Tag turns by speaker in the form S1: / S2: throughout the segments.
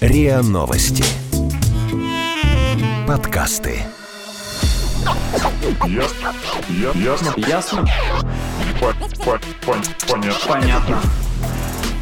S1: РИА Новости. Подкасты.
S2: Ясно. Я- Ясно.
S3: Ясно?
S2: По- по- по- Понятно.
S3: Понятно.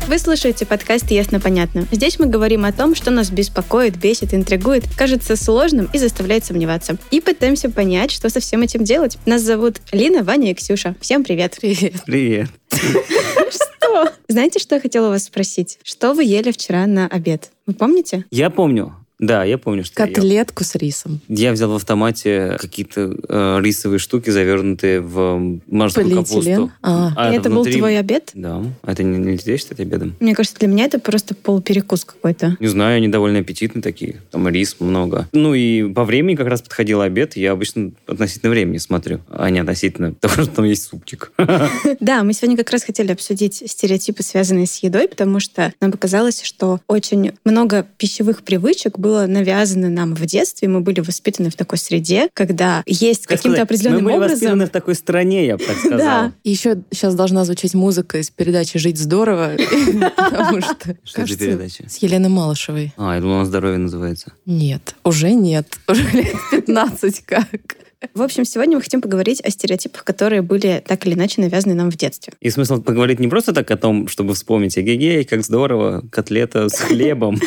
S4: Вы слушаете подкаст «Ясно, понятно». Здесь мы говорим о том, что нас беспокоит, бесит, интригует, кажется сложным и заставляет сомневаться. И пытаемся понять, что со всем этим делать. Нас зовут Лина, Ваня и Ксюша. Всем привет. Привет.
S3: Привет.
S4: Что? Знаете, что я хотела у вас спросить? Что вы ели вчера на обед? Вы помните?
S3: Я помню. Да, я помню, что я ел.
S5: Котлетку с рисом.
S3: я взял в автомате какие-то э, рисовые штуки, завернутые в э, морскую
S5: Полиэтилен.
S3: капусту.
S5: А,
S3: А
S4: И это
S3: внутри-
S4: был твой обед?
S3: Да. А это не, нельзя считать обедом?
S4: Мне кажется, для меня это просто полуперекус какой-то.
S3: Не знаю, они довольно аппетитные такие. Там рис много. Ну и по времени как раз подходил обед. Я обычно относительно времени смотрю, а не относительно того, что там есть супчик.
S4: Да, мы сегодня как раз хотели обсудить стереотипы, связанные с едой, потому что нам показалось, что очень много пищевых привычек было навязано нам в детстве. Мы были воспитаны в такой среде, когда есть
S3: Как
S4: каким-то
S3: сказать,
S4: определенным
S3: Мы были
S4: образом...
S3: воспитаны в такой стране, я бы так сказал.
S4: Да.
S5: И еще сейчас должна звучать музыка из передачи «Жить здорово», потому что,
S3: Что это за
S5: кажется,
S3: передача?
S5: с Еленой Малышевой.
S3: А, я думал, он здоровье называется.
S5: Нет, уже нет. Уже лет 15 как.
S4: В общем, сегодня мы хотим поговорить о стереотипах, которые были так или иначе навязаны нам в детстве.
S3: И смысл поговорить не просто так о том, чтобы вспомнить, эгегей, как здорово, котлета с хлебом,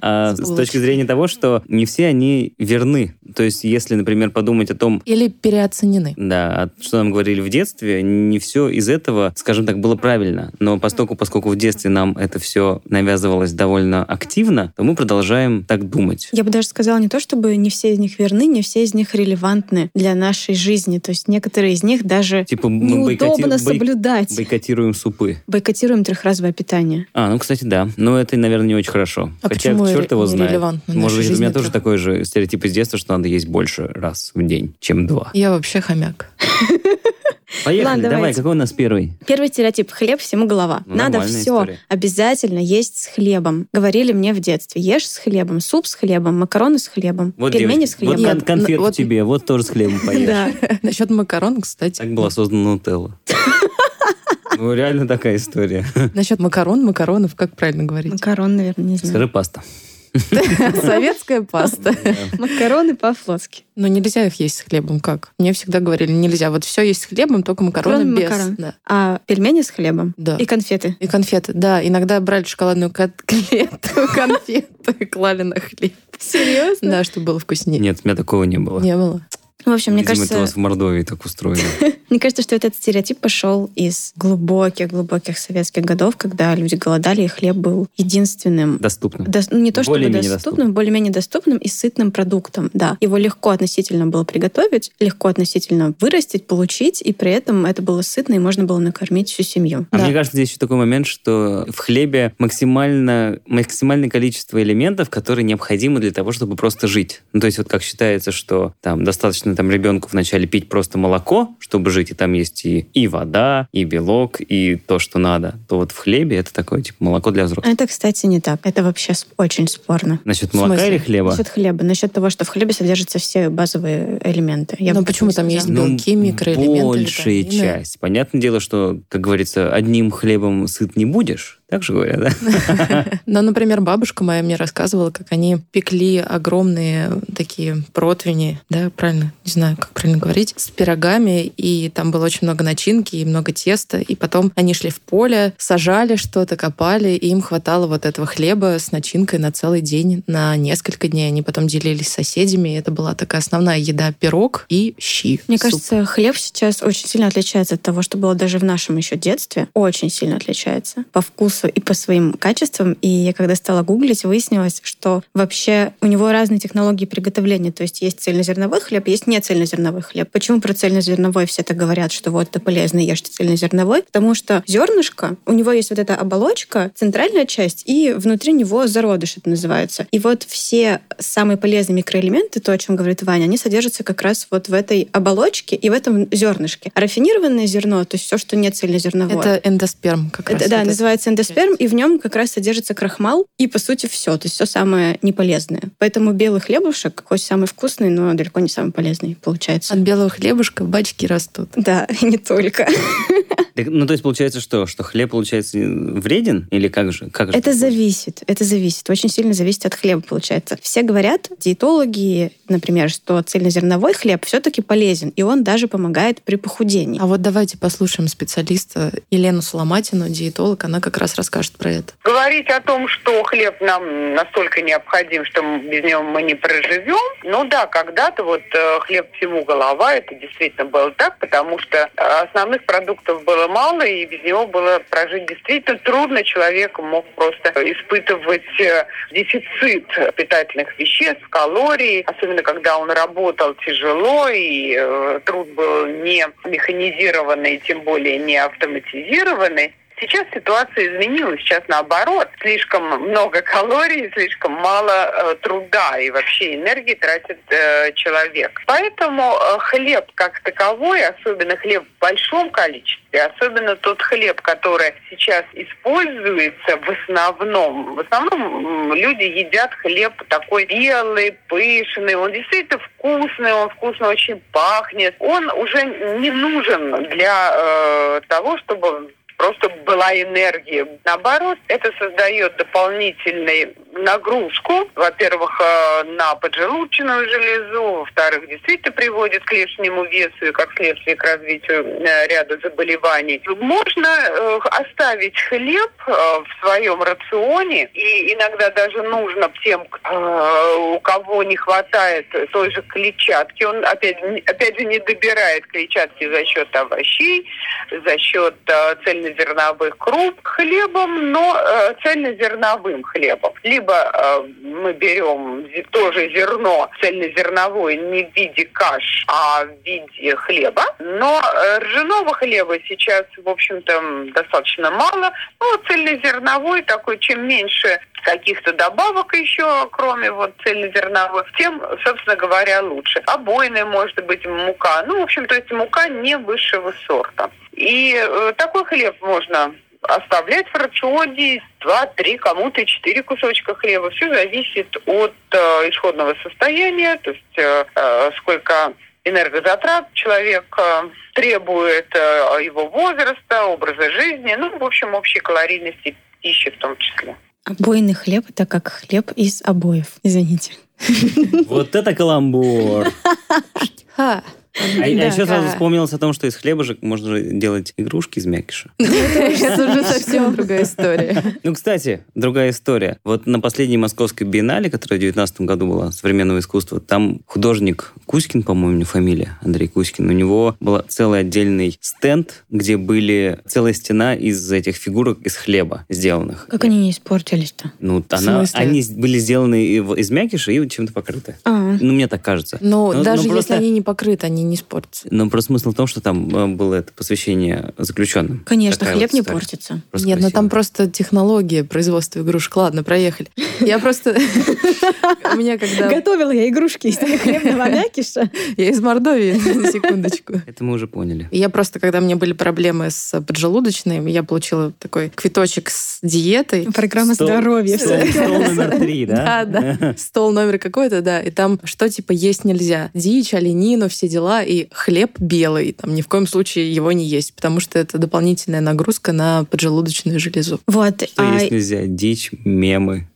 S3: а с
S5: С
S3: точки
S5: булочкой.
S3: зрения того, что не все они верны. То есть, если, например, подумать о том,
S5: Или переоценены.
S3: да, что нам говорили в детстве, не все из этого, скажем так, было правильно. Но поскольку, поскольку в детстве нам это все навязывалось довольно активно, то мы продолжаем так думать.
S4: Я бы даже сказала не то, чтобы не все из них верны, не все из них релевантны для нашей жизни. То есть некоторые из них даже
S3: Типа мы бойкоти-
S4: неудобно
S3: бой-
S4: соблюдать.
S3: бойкотируем супы.
S4: Бойкотируем трехразовое питание.
S3: А, ну, кстати, да. Но это, наверное, не очень хорошо.
S5: А
S3: Хотя
S5: почему
S3: черт
S5: ре-
S3: его
S5: не
S3: знает.
S5: релевантно?
S3: Может
S5: Наша
S3: быть, у
S5: жизнь
S3: меня
S5: это-
S3: тоже такой же стереотип из детства, что надо есть больше раз в день, чем два.
S5: Я вообще хомяк.
S3: Поехали,
S4: Ладно,
S3: давай,
S4: давайте.
S3: какой у нас первый?
S4: Первый стереотип – хлеб всему голова.
S3: Ну,
S4: Надо
S3: нормальная
S4: все
S3: история.
S4: обязательно есть с хлебом. Говорили мне в детстве. Ешь с хлебом, суп с хлебом, макароны с хлебом,
S3: Вот,
S4: пельмени
S3: девочки,
S4: с хлебом.
S3: Вот кон-
S5: Нет,
S3: конфету
S5: ну, вот-
S3: тебе, вот тоже с хлебом поешь.
S4: Да.
S5: Насчет макарон, кстати.
S3: Так была создана Нутелла. Ну, реально такая история.
S5: Насчет макарон, макаронов, как правильно говорить?
S4: Макарон, наверное, не знаю.
S3: Сыры паста.
S5: Советская паста.
S4: Макароны по-флотски.
S5: Но нельзя их есть с хлебом, как? Мне всегда говорили, нельзя. Вот все есть с хлебом, только макароны
S4: Кроме
S5: без.
S4: макарон.
S5: Да.
S4: А пельмени с хлебом
S5: Да.
S4: и конфеты.
S5: И конфеты, да. Иногда брали шоколадную котлету, конфету и клали на хлеб.
S4: Серьезно?
S5: Да, чтобы было вкуснее.
S3: Нет, у меня такого не было.
S5: Не было.
S4: В общем, мне
S3: Видимо, это у
S4: кажется,
S3: вас в Мордовии так устроено.
S4: мне кажется, что этот стереотип пошел из глубоких-глубоких советских годов, когда люди голодали, и хлеб был единственным
S3: Доступно.
S4: Дос- ну, не то чтобы
S3: Более-менее
S4: доступным, более-менее доступным и сытным продуктом, да. Его легко относительно было приготовить, легко относительно вырастить, получить, и при этом это было сытно, и можно было накормить всю семью.
S3: А
S4: Да.
S3: мне кажется, здесь еще такой момент, что в хлебе максимально, максимальное количество элементов, которые необходимы для того, чтобы просто жить. Ну, то есть вот как считается, что там достаточно там ребенку вначале пить просто молоко, чтобы жить, и там есть и, и вода, и белок, и то, что надо, то вот в хлебе это такое, типа, молоко для взрослых.
S4: Это, кстати, не так. Это вообще сп- очень спорно.
S3: Насчет
S5: Э, В
S3: молока
S5: смысле?
S3: или хлеба?
S4: Насчет хлеба, насчет того, что в хлебе содержатся все базовые элементы. Я
S5: Но
S4: бы
S5: почему
S4: так
S5: там
S4: сказала.
S5: есть белки, микроэлементы,
S3: Ну, Большая
S5: витамины.
S3: часть. Понятное дело, что, как говорится, одним хлебом сыт не будешь. Так же говорят, да?
S5: Но, например, бабушка моя мне рассказывала, как они пекли огромные такие противни, да, правильно, не знаю, как правильно говорить, с пирогами, и там было очень много начинки и много теста, и потом они шли в поле, сажали что-то, копали, и им хватало вот этого хлеба с начинкой на целый день, на несколько дней. Они потом делились с соседями, и это была такая основная еда пирог и щи.
S4: Мне
S5: суп.
S4: кажется, хлеб сейчас очень сильно отличается от того, что было даже в нашем еще детстве. Очень сильно отличается по вкусу и по своим качествам. И я когда стала гуглить, выяснилось, что вообще у него разные технологии приготовления. То есть есть цельнозерновой хлеб, есть нецельнозерновой хлеб. Почему про цельнозерновой все так говорят, что вот это полезно, ешьте цельнозерновой? Потому что зернышко, у него есть вот эта оболочка, центральная часть, и внутри него зародыш это называется. И вот все самые полезные микроэлементы, то, о чем говорит Ваня, они содержатся как раз вот в этой оболочке и в этом зернышке. А рафинированное зерно, то есть все, что не цельнозерновое,
S5: Это эндосперм как
S4: это,
S5: раз.
S4: да,
S5: вот это.
S4: называется эндосперм, и в нем как раз содержится крахмал и, по сути, все, то есть все самое неполезное. Поэтому белый хлебушек, хоть самый вкусный, но далеко
S5: А
S4: не самый полезный получается.
S5: От белого хлебушка бачки растут.
S4: Да, и не только.
S3: Так, ну, то есть получается что? Что хлеб, получается, вреден? Или как же? Как же
S4: Это зависит, это зависит. Очень сильно зависит от хлеба, получается. Все говорят, диетологи, например, что цельнозерновой хлеб все-таки полезен, и он даже помогает при похудении.
S5: А вот давайте послушаем специалиста Елену Соломатину, диетолог, она как раз расскажет про это.
S1: Говорить о том, что хлеб нам настолько необходим, что без него мы не проживем, ну да, когда-то вот э, хлеб всему голова, это действительно было так, потому что э, основных продуктов было мало, и без него было прожить действительно трудно. Человек мог просто испытывать э, дефицит питательных веществ, калорий, особенно когда он работал тяжело, и э, труд был не механизированный, тем более не автоматизированный. Сейчас ситуация изменилась, сейчас наоборот. Слишком много калорий, слишком мало э, труда и вообще энергии тратит э, человек. Поэтому э, хлеб как таковой, особенно хлеб в большом количестве, особенно тот хлеб, который сейчас используется в основном. В основном м, люди едят хлеб такой белый, пышный, он действительно вкусный, он вкусно очень пахнет. Он уже не нужен для э, того, чтобы просто была энергия. Наоборот, это создает дополнительную нагрузку, во-первых, э, на поджелудочную железу, во-вторых, действительно приводит к лишнему весу и, как следствие, к развитию э, ряда заболеваний. Можно э, оставить хлеб э, в своем рационе, и иногда даже нужно тем, э, у кого не хватает той же клетчатки, он опять, опять же не добирает клетчатки за счет овощей, за счет э, цельнозерновых круп хлебом, но э, цельнозерновым хлебом. Либо э, мы берем зи- тоже зерно цельнозерновое не в виде каш, а в виде хлеба. Но э, ржаного хлеба сейчас, в общем-то, м, достаточно мало. Ну, цельнозерновой такой, чем меньше каких-то добавок еще, кроме вот цельнозерновых, тем, собственно говоря, лучше. Обойная может быть мука. Ну, в общем, то есть мука не высшего сорта. И э, такой хлеб можно оставлять в рационе два, три, кому-то четыре кусочка хлеба. Все зависит от э, исходного состояния, то есть э, э, сколько энергозатрат человек э, требует, э, его возраста, образа жизни, ну, в общем, общей калорийности пищи в том числе.
S4: Обойный хлеб – это как хлеб из обоев. Извините.
S3: Вот это каламбур!
S5: Ха.
S3: А я
S4: Да,
S3: еще сразу
S4: да.
S3: вспомнилось о том, что из хлеба же можно же делать игрушки из мякиша.
S5: Это уже совсем другая история.
S3: Ну, кстати, другая история. Вот на последней московской биеннале, которая в 19 году была, современного искусства, там художник Кузькин, по-моему, у него фамилия, Андрей Кузькин, у него был целый отдельный стенд, где были целая стена из этих фигурок из хлеба сделанных.
S4: Как они не испортились-то?
S3: Ну,
S5: В
S3: она,
S5: смысле?
S3: они были сделаны и в- из мякиша и чем-то покрыты.
S4: А,
S3: Ну, мне так кажется.
S5: Но даже если
S3: просто-
S5: они не покрыты, они не испортятся.
S3: Но просто смысл в том, что там э, было это посвящение заключенным.
S4: конечно,
S3: Такая
S4: хлеб
S3: вот
S4: не
S3: история.
S4: портится.
S3: Просто
S5: Нет, но
S3: красиво.
S5: там просто технология производства игрушек. Ладно, проехали. Я просто... У меня когда...
S4: Готовила я игрушки из хлебного мякиша.
S5: Я из Мордовии, на секундочку.
S3: Это мы уже поняли.
S5: Я просто, когда у меня были проблемы с поджелудочной, я получила такой квиточек с диетой.
S4: Программа
S3: Стол-
S4: здоровья.
S3: Стол,
S4: всё-таки.
S3: стол номер три, да?
S5: Да, да. Стол номер какой-то, да. И там что типа есть нельзя. Дичь, оленину, все дела. И хлеб белый. Там ни в коем случае его не есть, потому что это дополнительная нагрузка на поджелудочную железу.
S4: Вот.
S3: Что
S4: а-
S3: есть нельзя? Дичь, мемы.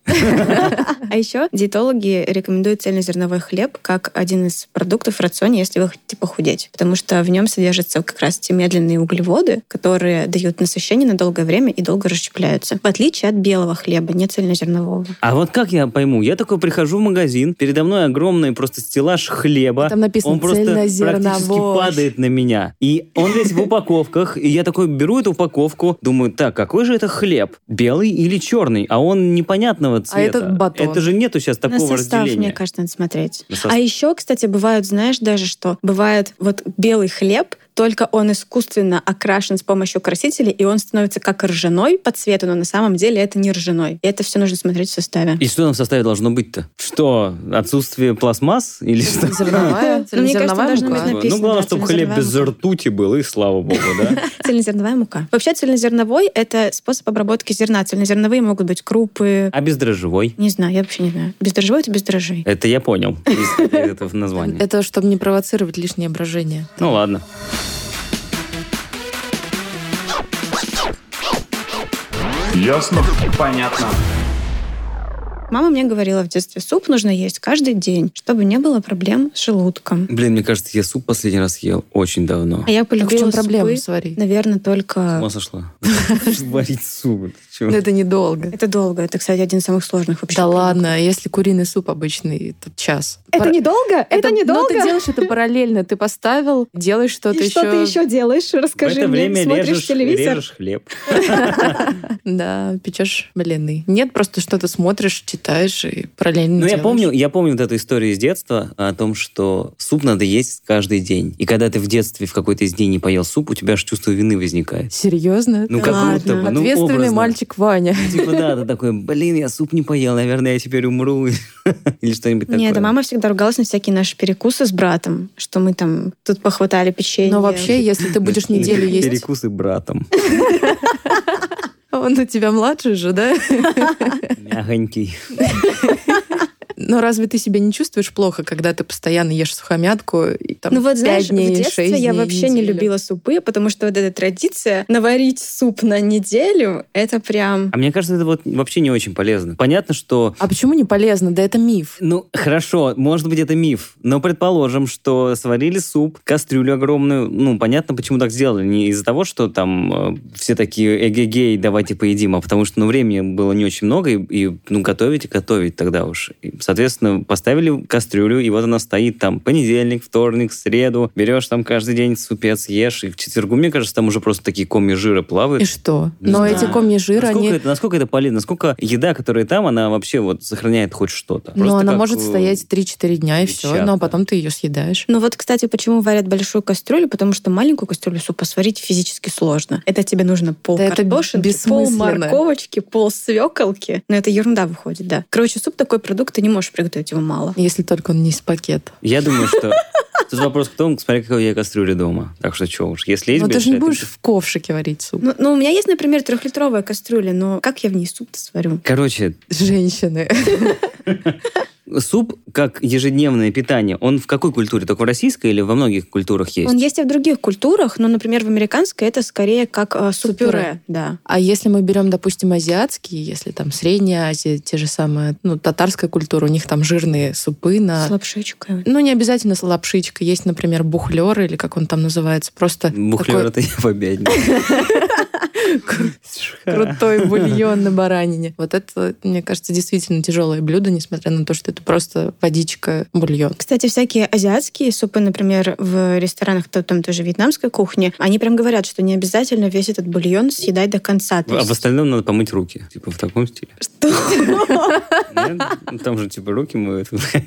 S4: А еще диетологи рекомендуют цельнозерновой хлеб как один из продуктов в рационе, если вы хотите похудеть. Потому что в нем содержатся как раз те медленные углеводы, которые дают насыщение на долгое время и долго расщепляются. В отличие от белого хлеба, не цельнозернового.
S3: А вот как я пойму? Я такой прихожу в магазин, передо мной огромный просто стеллаж хлеба.
S5: Там написано
S3: Он просто
S5: «цельнозерновой».
S3: практически падает на меня. И он весь в упаковках. И я такой беру эту упаковку, думаю, так, какой же это хлеб? Белый или черный? А он непонятного цвета.
S5: этот батон.
S3: Это же нету сейчас
S4: На
S3: такого
S4: состав, мне
S3: разделения.
S4: кажется, надо смотреть.
S3: На состав.
S4: А еще, кстати, бывают, знаешь, даже что бывает вот белый хлеб, только он искусственно окрашен с помощью красителей, и он становится как ржаной по цвету, но на самом деле это не ржаной. И это все нужно смотреть в составе.
S3: И что там в составе должно быть-то? Что, отсутствие пластмасс или что?
S5: Зерновая,
S4: Ну, мне кажется,
S5: зерновая
S4: должно
S5: мука.
S4: быть написано,
S3: ну, главное,
S4: да,
S3: чтобы хлеб без
S4: цельнозерновая
S3: ртути был, и слава богу, да?
S4: Цельнозерновая мука. Вообще цельнозерновой – это способ обработки зерна. Цельнозерновые могут быть крупы.
S3: А бездрожжевой?
S4: Не знаю, я вообще не знаю. Бездрожжевой – это бездрожжей.
S3: Это я понял из этого названия.
S5: Это чтобы не провоцировать лишнее брожение.
S3: Ну ладно.
S2: Ясно?
S6: Понятно.
S4: Мама мне говорила в детстве, суп нужно есть каждый день, чтобы не было проблем с желудком.
S3: Блин, мне кажется, я суп последний раз ел очень давно.
S4: А я
S5: Так в
S4: полюбила
S5: чем
S4: проблема?
S5: проблема сварить?
S4: наверное,
S3: С
S4: только...
S3: ума сошла. Варить суп. ты чё?
S5: Ну, Это недолго.
S4: Это долго. Это, кстати, один из самых сложных вообще.
S5: Да ладно, а если куриный суп обычный, то час.
S7: Это
S5: Пар-
S7: недолго? Это,
S5: Но
S7: недолго?
S5: ты делаешь это параллельно. Ты поставил, делаешь
S7: И
S5: что-то еще.
S7: что ты еще делаешь?
S3: В
S7: Расскажи
S3: это
S7: мне.
S3: время
S7: Смотришь
S3: режешь,
S7: телевизор?
S3: режешь хлеб.
S5: Да, печешь блины. Нет, просто что-то смотришь, читаешь и параллельно
S3: Ну, я
S5: делаешь.
S3: помню, я помню вот эту историю из детства о том, что суп надо есть каждый день. И когда ты в детстве в какой-то из дней не поел суп, у тебя же чувство вины возникает.
S5: Серьезно?
S3: Ну,
S4: Да
S3: как
S4: ладно.
S3: будто бы. Ну,
S5: Ответственный
S3: образно.
S5: мальчик Ваня.
S3: Ну, Типа, да, ты такой, блин, я суп не поел, наверное, я теперь умру. Или что-нибудь такое.
S4: Нет, а мама всегда ругалась на всякие наши перекусы с братом, что мы там тут похватали печенье.
S5: Но вообще, если ты будешь неделю есть...
S3: Перекусы братом.
S5: Он у тебя младше же, да?
S3: Мягонький.
S5: Но разве ты себя не чувствуешь плохо, когда ты постоянно ешь сухомятку и там
S4: Ну вот
S5: пять
S4: знаешь,
S5: дней,
S4: в
S5: шесть
S4: детстве я
S5: дней в
S4: вообще не
S5: неделю?
S4: любила супы, потому что вот эта традиция наварить суп на неделю, это прям...
S3: А мне кажется, это вот вообще не очень полезно. Понятно, что
S5: А почему не полезно? Да это миф.
S3: Ну, хорошо, может быть, это миф. Но предположим, что сварили суп, кастрюлю огромную. Ну, понятно, почему так сделали. Не из-за того, что там э, все такие эгегей, давайте поедим, а потому что ну, времени было не очень много, и, и, ну, готовить и готовить тогда уж. И, соответственно, поставили кастрюлю, и вот она стоит там понедельник, вторник, среду. Берешь там каждый день супец, ешь. И к четвергу, мне кажется, там уже просто такие комья жира плавают.
S5: И что?
S3: Не
S5: Но
S3: знаю.
S5: эти комья жира,
S3: Насколько,
S5: они...
S3: это, насколько это полезно? Насколько еда, которая там, она вообще вот сохраняет хоть что-то?
S5: Но
S3: Просто
S5: ну, она
S3: как,
S5: может
S3: э,
S5: стоять 3-4 дня, и все.
S3: клетчатка.
S5: Но потом ты ее съедаешь.
S4: Ну вот, кстати, почему варят большую кастрюлю? Потому что маленькую кастрюлю супа сварить физически сложно. Это тебе нужно пол
S5: Да это
S4: картошинки, пол
S5: бессмысленно.
S4: морковочки, пол свеколки. Но это ерунда выходит, да. Короче, суп такой продукт, ты не можешь приготовить его мало.
S5: Если только он не из пакета.
S3: Я думаю, что... Тут вопрос в том, смотри, какая у тебя кастрюля дома. Так что чего уж, если есть
S5: Но Ну, ты же не
S3: бешеная,
S5: будешь в ковшике варить суп.
S4: Ну, ну, у меня есть, например, трехлитровая кастрюля, но как я в ней суп-то сварю?
S3: Короче,
S5: Женщины.
S3: суп как ежедневное питание, он в какой культуре? Только в российской или во многих культурах есть?
S4: Он есть и в других культурах, но, например, в американской это скорее как э,
S5: Суп-пюре.
S4: суп-пюре. Да.
S5: А если мы берем, допустим, азиатские, если там Средняя Азия, те же самые, ну, татарская культура, у них там жирные супы на...
S4: С лапшичкой.
S5: Ну, не обязательно с лапшичкой. Есть, например, бухлер, или как он там называется, просто
S3: Бухлер
S5: такой
S3: это я в обедне.
S5: крутой бульон на баранине. Вот это, мне кажется, действительно тяжелое блюдо, несмотря на то, что это просто водичка, бульон.
S4: Кстати, всякие азиатские супы, например, в ресторанах, то там тоже вьетнамской кухни, они прям говорят, что не обязательно весь этот бульон съедать до конца. То
S3: А в
S4: есть-
S3: остальном надо помыть руки. Типа в таком стиле. Нет? Ну, Там же типа руки моют.
S4: Что?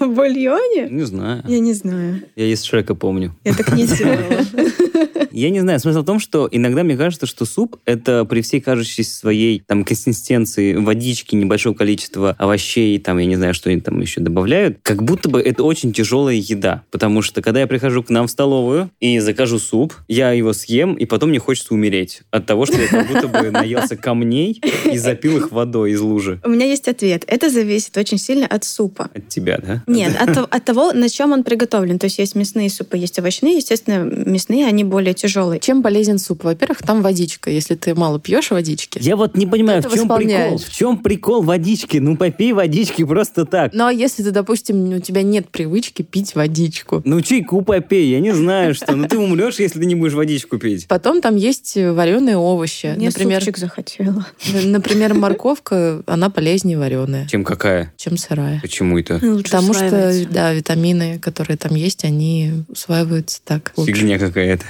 S4: В бульоне?
S3: Не знаю.
S4: Я не знаю.
S3: Я из Шрека помню.
S4: Я так не делала.
S3: Я не знаю, смысл в том, что иногда мне кажется, что суп — это при всей кажущейся своей там консистенции водички, небольшого количества овощей, там, я не знаю, что они там еще добавляют, как будто бы это очень тяжелая еда. Потому что, когда я прихожу к нам в столовую и закажу суп, я его съем, и потом мне хочется умереть от того, что я как будто бы наелся камней и запил их водой из лужи.
S4: У меня есть ответ. Это зависит очень сильно от супа.
S3: От тебя, да?
S4: Нет, от, то- от того, на чем он приготовлен. То есть есть мясные супы, есть овощные. Естественно, мясные, они более тяжелые.
S5: Чем полезен суп? Во-первых, там водичка. Если ты мало пьешь водички,
S3: Я вот не понимаю,
S5: Ты
S3: в
S5: это
S3: чем прикол?
S5: восполняешь.
S3: В чем прикол водички? Ну, попей водички просто так.
S5: Ну, а если ты, допустим, у тебя нет привычки пить водичку,
S3: Ну, чайку попей, я не знаю что. Ну, ты умрешь, если ты не будешь водичку пить.
S5: потом там есть вареные овощи.
S4: Мне
S5: например,
S4: супчик захотела.
S5: н- например, морковка, она полезнее вареная,
S3: Чем какая?
S5: чем сырая.
S3: Почему это?
S4: Лучше
S5: Потому что,
S4: усваивается.
S5: да, витамины, которые там есть, они усваиваются так. лучше.
S3: Фигня какая-то.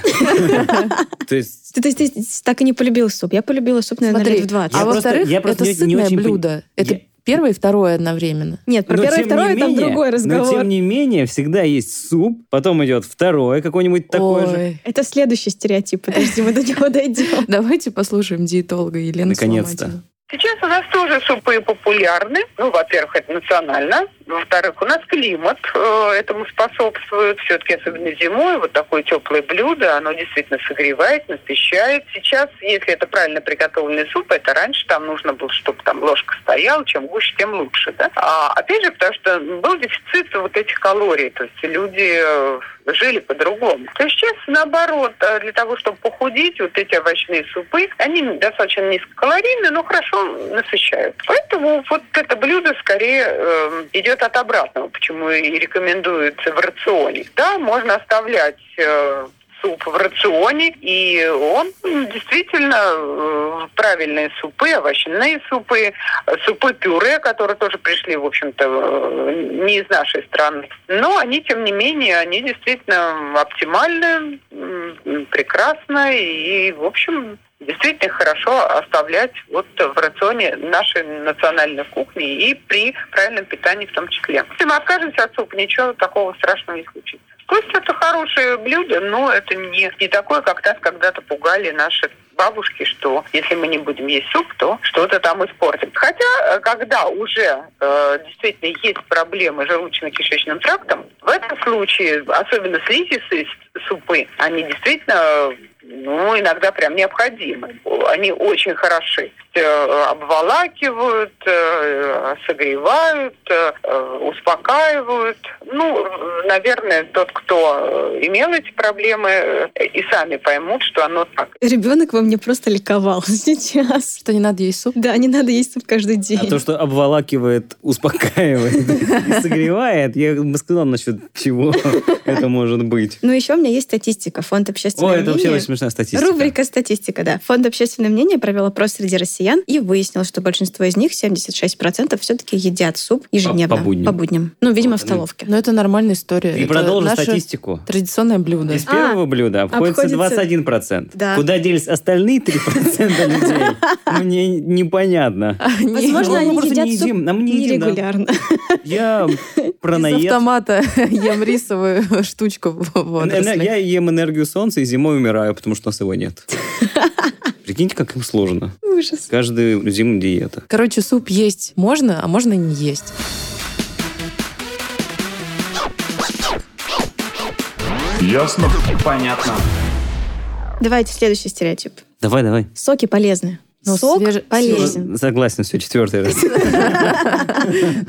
S3: То есть...
S4: Ты, ты- ты так и не полюбил суп. Я полюбила суп, наверное,
S5: Смотри,
S4: лет в 20.
S3: Я
S5: а
S3: просто-
S5: во-вторых,
S3: я просто не-
S5: это
S3: не
S5: сытное
S3: очень пон-
S5: блюдо. Это
S3: Я-
S5: первое и второе одновременно.
S4: Нет, про
S3: Но
S4: первое и
S3: Ну, тем не
S4: второе там
S3: менее-
S4: другой разговор.
S3: Но тем не менее, всегда есть суп, потом идет второе, какое-нибудь такое же.
S5: Ой,
S4: Это следующий стереотип. Подожди, мы до него дойдем.
S5: Давайте послушаем диетолога Елену
S3: Наконец-то.
S5: Соломатину.
S1: Сейчас у нас тоже супы популярны. Ну, во-первых, это национально. Во-вторых, у нас климат э, этому способствует. Все-таки особенно зимой вот такое теплое блюдо, оно действительно согревает, насыщает. Сейчас, если это правильно приготовленный суп, это раньше там нужно было, чтобы там ложка стояла, чем гуще, тем лучше. Да? А, опять же, потому что был дефицит вот этих калорий, то есть люди э, жили по-другому. То есть сейчас, наоборот, э, для того, чтобы похудеть, вот эти овощные супы, они достаточно низкокалорийные, но хорошо насыщают. Поэтому вот это блюдо скорее э, идет от обратного, почему и рекомендуется в рационе. Да, можно оставлять э, суп в рационе, и он м, действительно э, правильные супы, овощные супы, э, супы-пюре, которые тоже пришли, в общем-то, э, не из нашей страны. Но они, тем не менее, они действительно оптимальны, м, м, прекрасны, и, в общем, действительно хорошо оставлять вот в рационе нашей национальной кухни и при правильном питании в том числе. Если мы откажемся от супа, ничего такого страшного не случится. Кость это хорошее блюдо, но это не, не такое, как нас когда-то пугали наши бабушки, что если мы не будем есть суп, то что-то там испортим. Хотя, э, когда уже э, действительно есть проблемы с желудочно-кишечным трактом, в этом случае, особенно слизистые с- супы, они действительно э, ну, иногда прям необходимы. Они очень хороши. Э, обволакивают, э, согревают, э, э, успокаивают. Ну, э, наверное, тот, кто э, имел эти проблемы, э, и сами поймут, что оно так.
S4: Ребенок во мне просто ликовал сейчас.
S5: Что не надо есть суп?
S4: Да, не надо есть суп каждый день.
S3: А то, что обволакивает, успокаивает и согревает, я бы сказал насчет чего это может быть.
S4: Но еще Ну, у меня есть статистика. Фонд общественного
S3: О, это
S4: мнения.
S3: вообще очень смешная статистика.
S4: Рубрика «Статистика», да. Фонд общественного мнения провел опрос среди россиян и выяснил, что большинство из них, 76%, все-таки едят суп ежедневно.
S3: По- по будням.
S4: Ну, видимо,
S3: Вот,
S4: в
S3: ну,
S4: столовке.
S5: Но это нормальная история.
S3: И
S5: Это
S3: продолжим
S5: наше
S3: статистику.
S5: Традиционное блюдо.
S3: Из первого блюда обходится,
S4: обходится-
S3: 21%.
S4: Да.
S3: Куда делись остальные 3% людей, мне непонятно.
S5: Они
S4: Возможно,
S3: мы
S4: они
S3: просто
S4: едят
S3: ну, не
S4: суп
S3: едим, нам не едим, да.
S4: нерегулярно.
S3: Я
S5: Из
S3: пронаед.
S5: автомата ем рисовую штучку в
S3: Эне-
S5: водоросли.
S3: Я ем энергию солнца и зимой умираю, потому что у нас его нет. Прикиньте, как им сложно.
S4: Ужас.
S3: Каждую зиму диета.
S5: Короче, суп есть можно, а можно и не есть.
S2: Ясно?
S4: Давайте следующий стереотип.
S3: Давай, давай.
S4: Соки полезны.
S3: Ну,
S5: Но
S4: Сок
S5: свеж-
S4: полезен.
S3: Согласен, все, четвертый раз.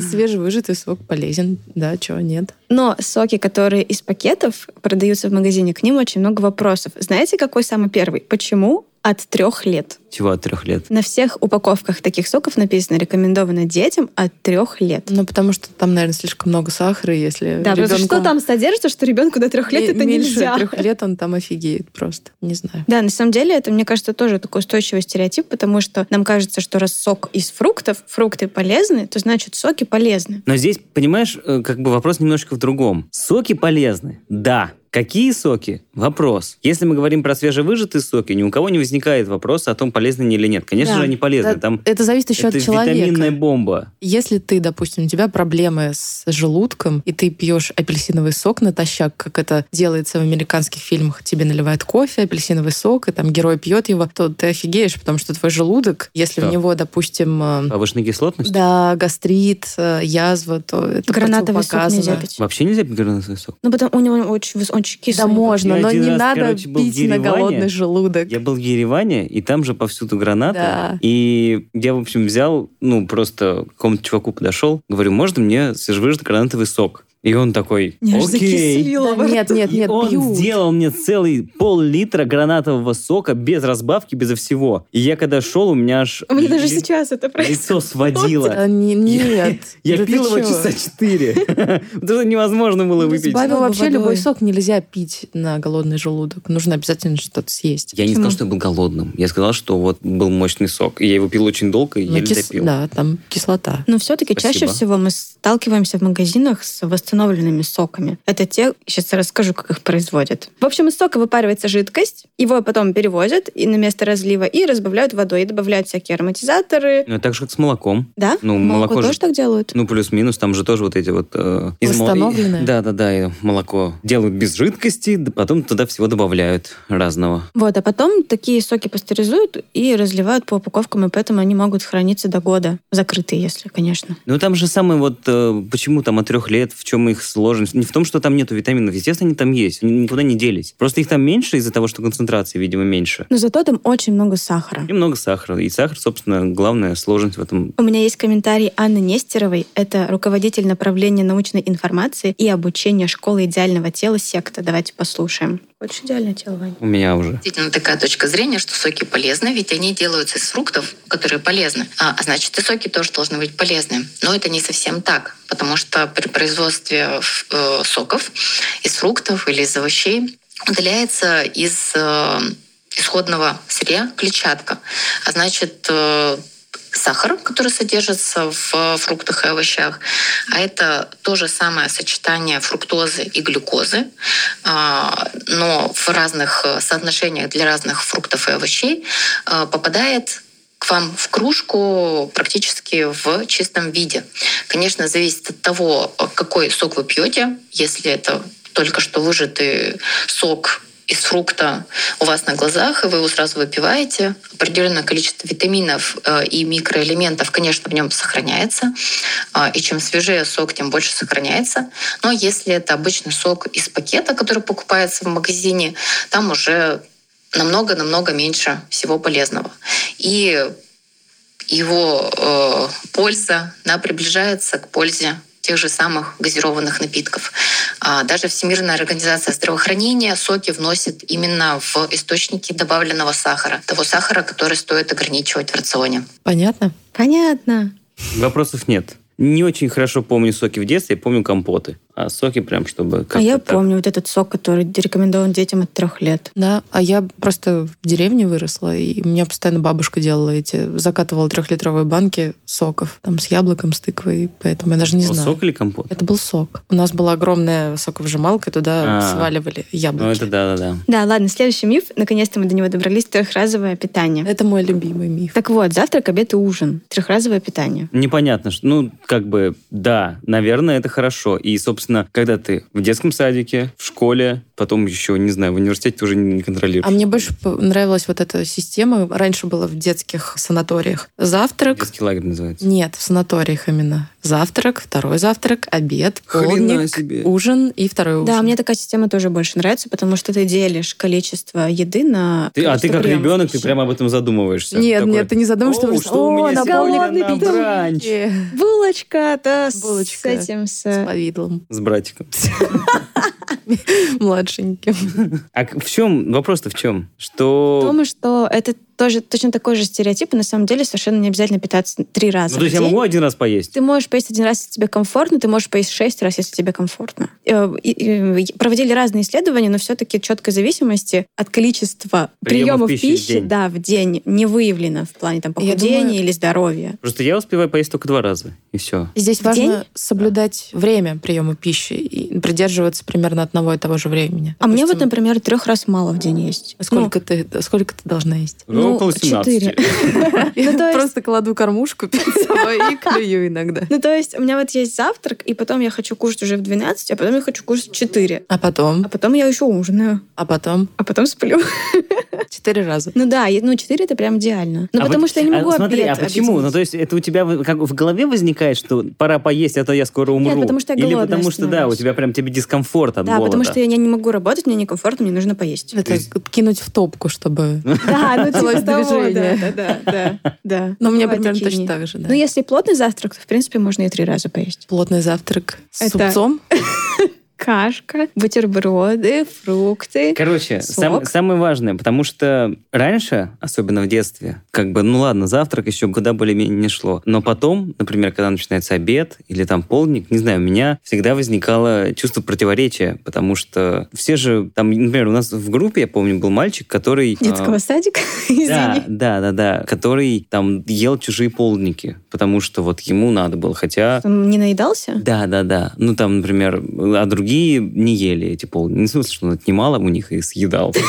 S5: Свежевыжатый сок полезен. Да, чего нет.
S4: Но соки, которые из пакетов продаются в магазине, к ним очень много вопросов. Знаете, какой самый первый? Почему от трех лет?
S3: Чего от трех лет?
S4: На всех упаковках таких соков написано «рекомендовано детям от трех лет».
S5: Ну, потому что там, наверное, слишком много сахара, если
S4: Да, потому что
S5: ребенку
S4: что там содержится, что ребенку до трех лет
S5: ме-
S4: это
S5: меньше
S4: нельзя.
S5: трех лет он там офигеет просто. Не знаю.
S4: Да, на самом деле это, мне кажется, тоже такой устойчивый стереотип, потому что нам кажется, что раз сок из фруктов, фрукты полезны, то значит соки полезны.
S3: Но здесь, понимаешь, э, как бы вопрос немножечко в другом. Соки полезны? Да. Какие соки? Вопрос. Если мы говорим про свежевыжатые соки, ни у кого не возникает вопроса о том, полезны они или нет. Конечно
S5: Да.
S3: же, они полезны.
S5: Да,
S3: Там
S5: это зависит еще
S3: это
S5: от человека.
S3: витаминная бомба.
S5: Если ты, допустим, у тебя проблемы с желудком, и ты пьешь апельсиновый сок натощак, как это делается в американских фильмах, тебе наливают кофе, апельсиновый сок, и там герой пьет его, то ты офигеешь, потому что твой желудок, если
S3: Да.
S5: в него, допустим, э,
S3: Повышенная кислотность?
S5: да, гастрит, э, язва, то это
S4: Гранатовый сок нельзя
S5: противопоказано.
S4: пить.
S3: Вообще нельзя пить гранатовый сок?
S4: Ну, потому у него очень, выс- очень кислый.
S5: Да можно,
S3: Я
S5: но
S3: один
S5: не
S3: раз,
S5: надо
S3: короче, был в
S5: пить на
S3: Ереване.
S5: голодный желудок.
S3: Я был в Ереване, и там же повсюду гранаты.
S5: Да.
S3: И я, в общем, взял, ну, просто к какому-то чуваку подошел, говорю, можно мне свежевыжатый гранатовый сок? И он такой,
S4: Меня аж
S3: окей.
S4: закислило во
S5: Да, нет, нет,
S3: И
S5: нет,
S3: он
S5: пьют.
S3: сделал мне целый пол-литра гранатового сока без разбавки, безо всего. И я когда шел, у меня аж
S4: А мне даже
S3: ли-
S4: сейчас это происходит.
S3: лицо сводило.
S5: А, не- Нет.
S3: Я
S5: Да ты
S3: пил его
S5: чё?
S3: часа четыре. Потому что невозможно было
S5: Ну,
S3: выпить.
S5: Сбавил
S4: Много
S5: вообще
S4: водой.
S5: любой сок нельзя пить на голодный желудок. Нужно обязательно что-то съесть.
S3: Я не
S4: Почему?
S3: сказал, что я был голодным. Я сказал, что вот был мощный сок. И я его пил очень долго и
S5: Ну,
S3: еле
S5: кис-
S3: допил.
S5: Да, там кислота.
S4: Но все-таки
S3: Спасибо.
S4: чаще всего мы сталкиваемся в магазинах с восстановленными соками. Это те, сейчас я расскажу, как их производят. В общем, из сока выпаривается жидкость, его потом перевозят и на место разлива и разбавляют водой, и добавляют всякие ароматизаторы.
S3: Ну, так же, как с молоком.
S4: Да?
S3: Ну, молоко же-
S4: тоже так делают?
S3: Ну, плюс-минус, там же тоже вот эти вот... э, из мол-
S5: Восстановленное?
S3: Да-да-да, и молоко делают без жидкости, да потом туда всего добавляют разного.
S4: Вот, а потом такие соки пастеризуют и разливают по упаковкам, и поэтому они могут храниться до года. Закрытые, если, конечно.
S3: Ну, там же самый вот... э, почему там от трех лет, в чем их сложность? Не в том, что там нету витаминов. Естественно, они там есть. Они Никуда не делись. Просто их там меньше из-за того, что концентрации, видимо, меньше.
S4: Но зато там очень много сахара.
S3: И много сахара. И сахар, собственно, главная сложность в этом.
S4: У меня есть комментарий Анны Нестеровой. Это руководитель направления научной информации и обучения школы идеального тела секта. Давайте послушаем. Очень идеальное тело, Вань.
S3: У меня уже.
S6: Действительно такая точка зрения, что соки полезны, ведь они делаются из фруктов, которые полезны. А, а значит, и соки тоже должны быть полезны. Но это не совсем так, потому что при производстве э, соков из фруктов или из овощей удаляется из э, исходного сырья клетчатка. А значит, э, сахар, который содержится в э, фруктах и овощах, а это то же самое сочетание фруктозы и глюкозы, а, но в разных э, соотношениях для разных фруктов и овощей э, попадает к вам в кружку практически в чистом виде. Конечно, зависит от того, э, какой сок вы пьете. Если это только что выжатый сок из фрукта у вас на глазах, и вы его сразу выпиваете. Определенное количество витаминов э, и микроэлементов, конечно, в нем сохраняется. А, И чем свежее сок, тем больше сохраняется. Но если это обычный сок из пакета, который покупается в магазине, там уже намного-намного меньше всего полезного. И его э, польза она приближается к пользе тех же самых газированных напитков. А даже Всемирная организация здравоохранения соки вносит именно в источники добавленного сахара, того сахара, который стоит ограничивать в рационе.
S5: Понятно?
S4: Понятно.
S3: Вопросов нет. Не очень хорошо помню соки в детстве, я помню компоты. А соки прям, чтобы как-то
S4: а я
S3: так.
S4: помню вот этот сок, который рекомендован детям от трех лет.
S5: Да, а я просто в деревне выросла, и у меня постоянно бабушка делала эти, закатывала трехлитровые банки соков, там с яблоком, с тыквой, поэтому я даже не
S3: Ну,
S5: знаю.
S3: Сок или компот?
S5: Это был сок. У нас была огромная соковыжималка, и туда
S3: А.
S5: сваливали яблоки.
S3: Ну, это да-да-да.
S4: Да, ладно, следующий миф. Наконец-то мы до него добрались. Трехразовое питание.
S5: Это мой любимый миф.
S4: Так вот, завтрак, обед и ужин. Трехразовое питание.
S3: Непонятно, что, ну, как бы, да, наверное, это хорошо. И, собственно, когда ты в детском садике, в школе, потом еще, не знаю, в университете ты уже не контролируешь.
S5: А мне больше по- нравилась вот эта система. Раньше было в детских санаториях. Завтрак.
S3: Детский лагерь называется.
S5: Нет, в санаториях именно. Завтрак, второй завтрак, обед,
S3: Хрена
S5: полдник,
S3: себе.
S5: ужин и второй ужин.
S4: Да, мне такая система тоже больше нравится, потому что ты делишь количество еды на...
S3: Ты- а
S4: количество
S3: ты как
S4: приемов
S3: ребенок, ты
S4: пищи.
S3: прямо об этом задумываешься.
S5: Нет,
S3: Такой,
S5: нет, ты не задумываешься,
S3: «О,
S5: потому что,
S3: что у
S5: «О,
S3: меня
S5: на
S3: сегодня
S4: голодный
S3: на
S4: питомник».
S3: бранч?»
S5: С
S4: Булочка, да, с
S5: Булочка.
S4: этим, с...
S5: повидлом
S3: С братиком.
S5: младшеньким.
S3: А к- в чем, вопрос-то в чем? Что...
S4: Думаю, что это тоже точно такой же стереотип, и на самом деле совершенно не обязательно питаться три раза
S3: ну, то есть
S4: в
S3: я
S4: день.
S3: могу один раз поесть?
S4: Ты можешь поесть один раз, если тебе комфортно, ты можешь поесть шесть раз, если тебе комфортно. Э, и- и Проводили разные исследования, но все-таки четкой зависимости от количества
S3: Приемов
S4: приемов,
S3: пищи в
S4: пищи,
S3: день.
S4: да, в день не выявлено в плане там,
S5: Я
S4: похудения
S5: думаю-
S4: или здоровья.
S3: Просто я успеваю поесть только два раза, и все.
S5: Здесь
S4: В
S5: важно
S4: день?
S5: соблюдать время приема пищи и придерживаться примерно одного и того же времени.
S4: А мне вот,
S5: Допустим, Ну, а
S4: например, трех раз мало в день
S3: Ну.
S4: есть.
S5: Сколько, ты, сколько ты должна есть?
S4: Ну,
S3: Около 17.
S4: четыре.
S5: Я
S4: Ну, то есть-
S5: просто кладу кормушку перед собой и клюю иногда.
S4: Ну, то есть у меня вот есть завтрак, и потом я хочу кушать уже в 12, а потом я хочу кушать в 4.
S5: А
S4: А
S5: потом,
S4: потом я еще ужинаю,
S5: а потом
S4: а потом сплю.
S5: четыре раза.
S4: Ну да, я- ну 4 это прям идеально. Ну
S3: А
S4: потому
S3: вот-
S4: что я не
S3: а
S4: могу
S3: Смотри,
S4: обед
S3: а почему? Ну,
S4: объединить.
S3: то есть это у тебя в- как в голове возникает, что пора поесть, а то я скоро умру?
S4: потому что я
S3: Или
S4: голодная
S3: потому что, да, у
S4: становлюсь.
S3: тебя прям тебе дискомфорт от
S4: Да,
S3: голода?
S4: потому что я не не могу работать, мне некомфортно, мне нужно поесть.
S5: Это кинуть в топку, чтобы...
S4: Да, ну
S5: Началось
S4: типа того, да,
S5: движение.
S4: да, да, да, да.
S5: Ну, мне
S4: Бывает
S5: примерно
S4: такие
S5: точно
S4: дни.
S5: так же, да.
S4: Ну, если плотный завтрак, то, в принципе, можно и три раза поесть.
S5: Плотный завтрак с
S4: Это-
S5: супцом.
S4: кашка, бутерброды, фрукты.
S3: Короче,
S4: Сок.
S3: сам- самое важное, потому что раньше, особенно в детстве, как бы, ну ладно, завтрак еще куда более-менее не шло. Но потом, например, когда начинается обед или там полдник, не знаю, у меня всегда возникало чувство противоречия, потому что все же, там, например, у нас в группе, я помню, был мальчик, который...
S4: Детского
S3: а,
S4: садика, извини.
S3: да, да, да, да, который там ел чужие полдники, потому что вот ему надо было, хотя...
S4: Он не наедался?
S3: Да, да, да. Ну, там, например, а другие не ели эти полдники. Не в смысле, что он отнимал у них и съедал.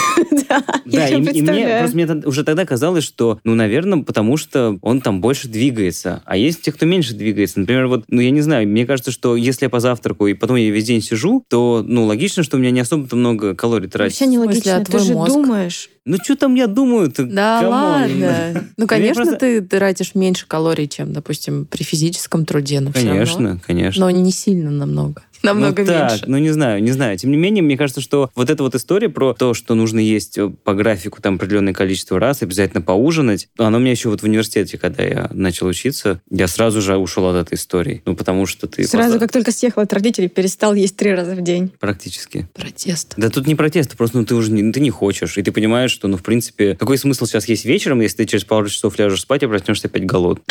S4: Да,
S3: Да, и,
S4: я прям
S3: и мне,
S4: представляю.
S3: просто мне тон- уже тогда казалось, что, ну, наверное, потому что он там больше двигается. А есть те, кто меньше двигается. Например, вот, ну, я не знаю, мне кажется, что если я позавтракаю и потом я весь день сижу, то, ну, логично, что у меня не особо-то много калорий тратится.
S4: Вообще
S5: а
S4: нелогично. Ты
S5: твой
S4: же
S5: мозг?
S4: думаешь.
S3: Ну, что там я думаю-то?
S5: Да
S3: Камон.
S5: ладно. Ну, конечно,
S3: просто-
S5: ты тратишь меньше калорий, чем, допустим, при физическом труде. Но всё равно.
S3: Конечно, конечно.
S5: Но не сильно намного. Намного
S3: ну, так,
S5: меньше.
S3: Ну, не знаю, не знаю. Тем не менее, мне кажется, что вот эта вот история про то, что нужно есть э, по графику там определенное количество раз, обязательно поужинать, она у меня еще вот в университете, когда я начал учиться, я сразу же ушел от этой истории. Ну, потому что ты
S4: Сразу,
S3: просто-
S4: как только съехал от родителей, перестал есть три раза в день.
S3: практически.
S5: Протест.
S3: Да тут не протест, просто ну, ты уже не, ты не хочешь. И ты понимаешь, что, ну, в принципе, какой смысл сейчас есть вечером, если ты через пару часов ляжешь спать и проснешься опять голод?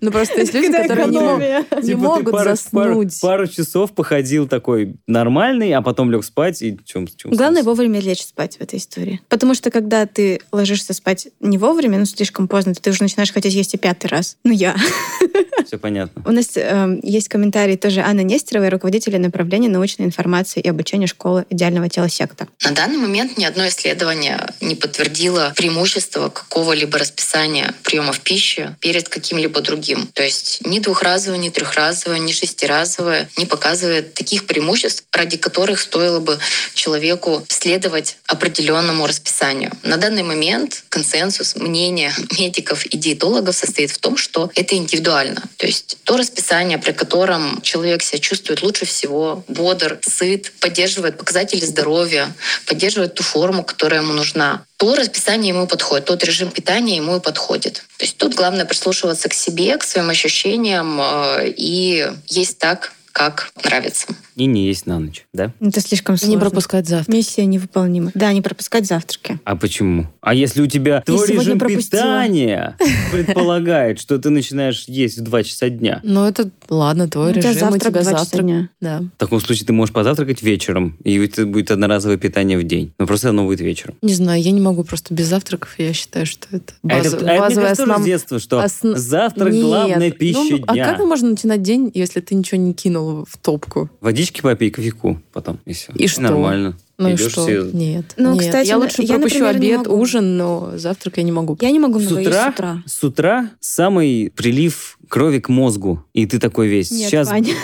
S5: Ну, просто есть люди, которые не могут. Не
S3: Типа, ты
S5: могут
S3: пару-
S5: заснуть.
S3: Пару пару часов походил такой нормальный, а потом лег спать и чем...
S4: Главное вовремя лечь спать в этой истории. Потому что когда ты ложишься спать не вовремя, ну слишком поздно, ты уже начинаешь хотеть есть и пятый раз. Ну я.
S3: Все понятно.
S4: У нас эм, есть комментарий тоже Анны Нестеровой, руководителя направления научной информации и обучения школы идеального тела секта.
S6: На данный момент ни одно исследование не подтвердило преимущество какого-либо расписания приемов пищи перед каким-либо другим. То есть ни двухразовое, ни трехразовое, ни шестиразовое не показывает таких преимуществ, ради которых стоило бы человеку следовать определенному расписанию. На данный момент консенсус мнения медиков и диетологов состоит в том, что это индивидуально. То есть то расписание, при котором человек себя чувствует лучше всего, бодр, сыт, поддерживает показатели здоровья, поддерживает ту форму, которая ему нужна. То расписание ему подходит, тот режим питания ему и подходит. То есть тут главное прислушиваться к себе, к своим ощущениям э, и есть так, как нравится.
S3: И не есть на ночь, да?
S4: Ну, Это слишком
S5: Не
S4: сложно.
S5: пропускать завтра.
S4: Миссия невыполнима. Да, не пропускать завтраки.
S3: А почему? А если у тебя твой
S4: сегодня
S3: режим
S4: пропустила.
S3: питания предполагает, что ты начинаешь есть в 2 часа дня,
S5: Ну, это ладно,
S4: У
S5: твой
S4: тебя
S5: режим, Ну, у тебя
S4: в два часа
S5: завтрак.
S4: дня.
S5: Да.
S3: в таком случае ты можешь позавтракать вечером, и это будет одноразовое питание в день. Но просто оно будет вечером.
S5: Не знаю, я не могу просто без завтраков. Я считаю, что это
S3: А это,
S5: базо-
S3: а это, мне
S5: базовый
S3: кажется, тоже с
S5: основ-
S3: детства, что
S5: основ-
S3: завтрак
S5: Нет.
S3: главная
S5: Ну,
S3: пища
S5: А
S3: дня.
S5: как можно начинать день, если ты ничего не кинул в топку?
S3: Водички попей, кофейку потом, и все.
S5: И что?
S3: Нормально.
S5: Ну и
S3: Идешь
S5: что?
S3: себе-
S5: Нет.
S4: Ну,
S5: нет.
S4: кстати,
S5: я лучше
S4: я,
S5: пропущу
S4: например, не
S5: обед,
S4: могу.
S5: ужин, но завтрак я не могу.
S4: Я не могу
S3: С
S4: много есть с
S3: утра,
S4: утра.
S3: с утра самый прилив крови к мозгу, и ты такой весь.
S4: Нет,
S3: Сейчас
S4: Ваня.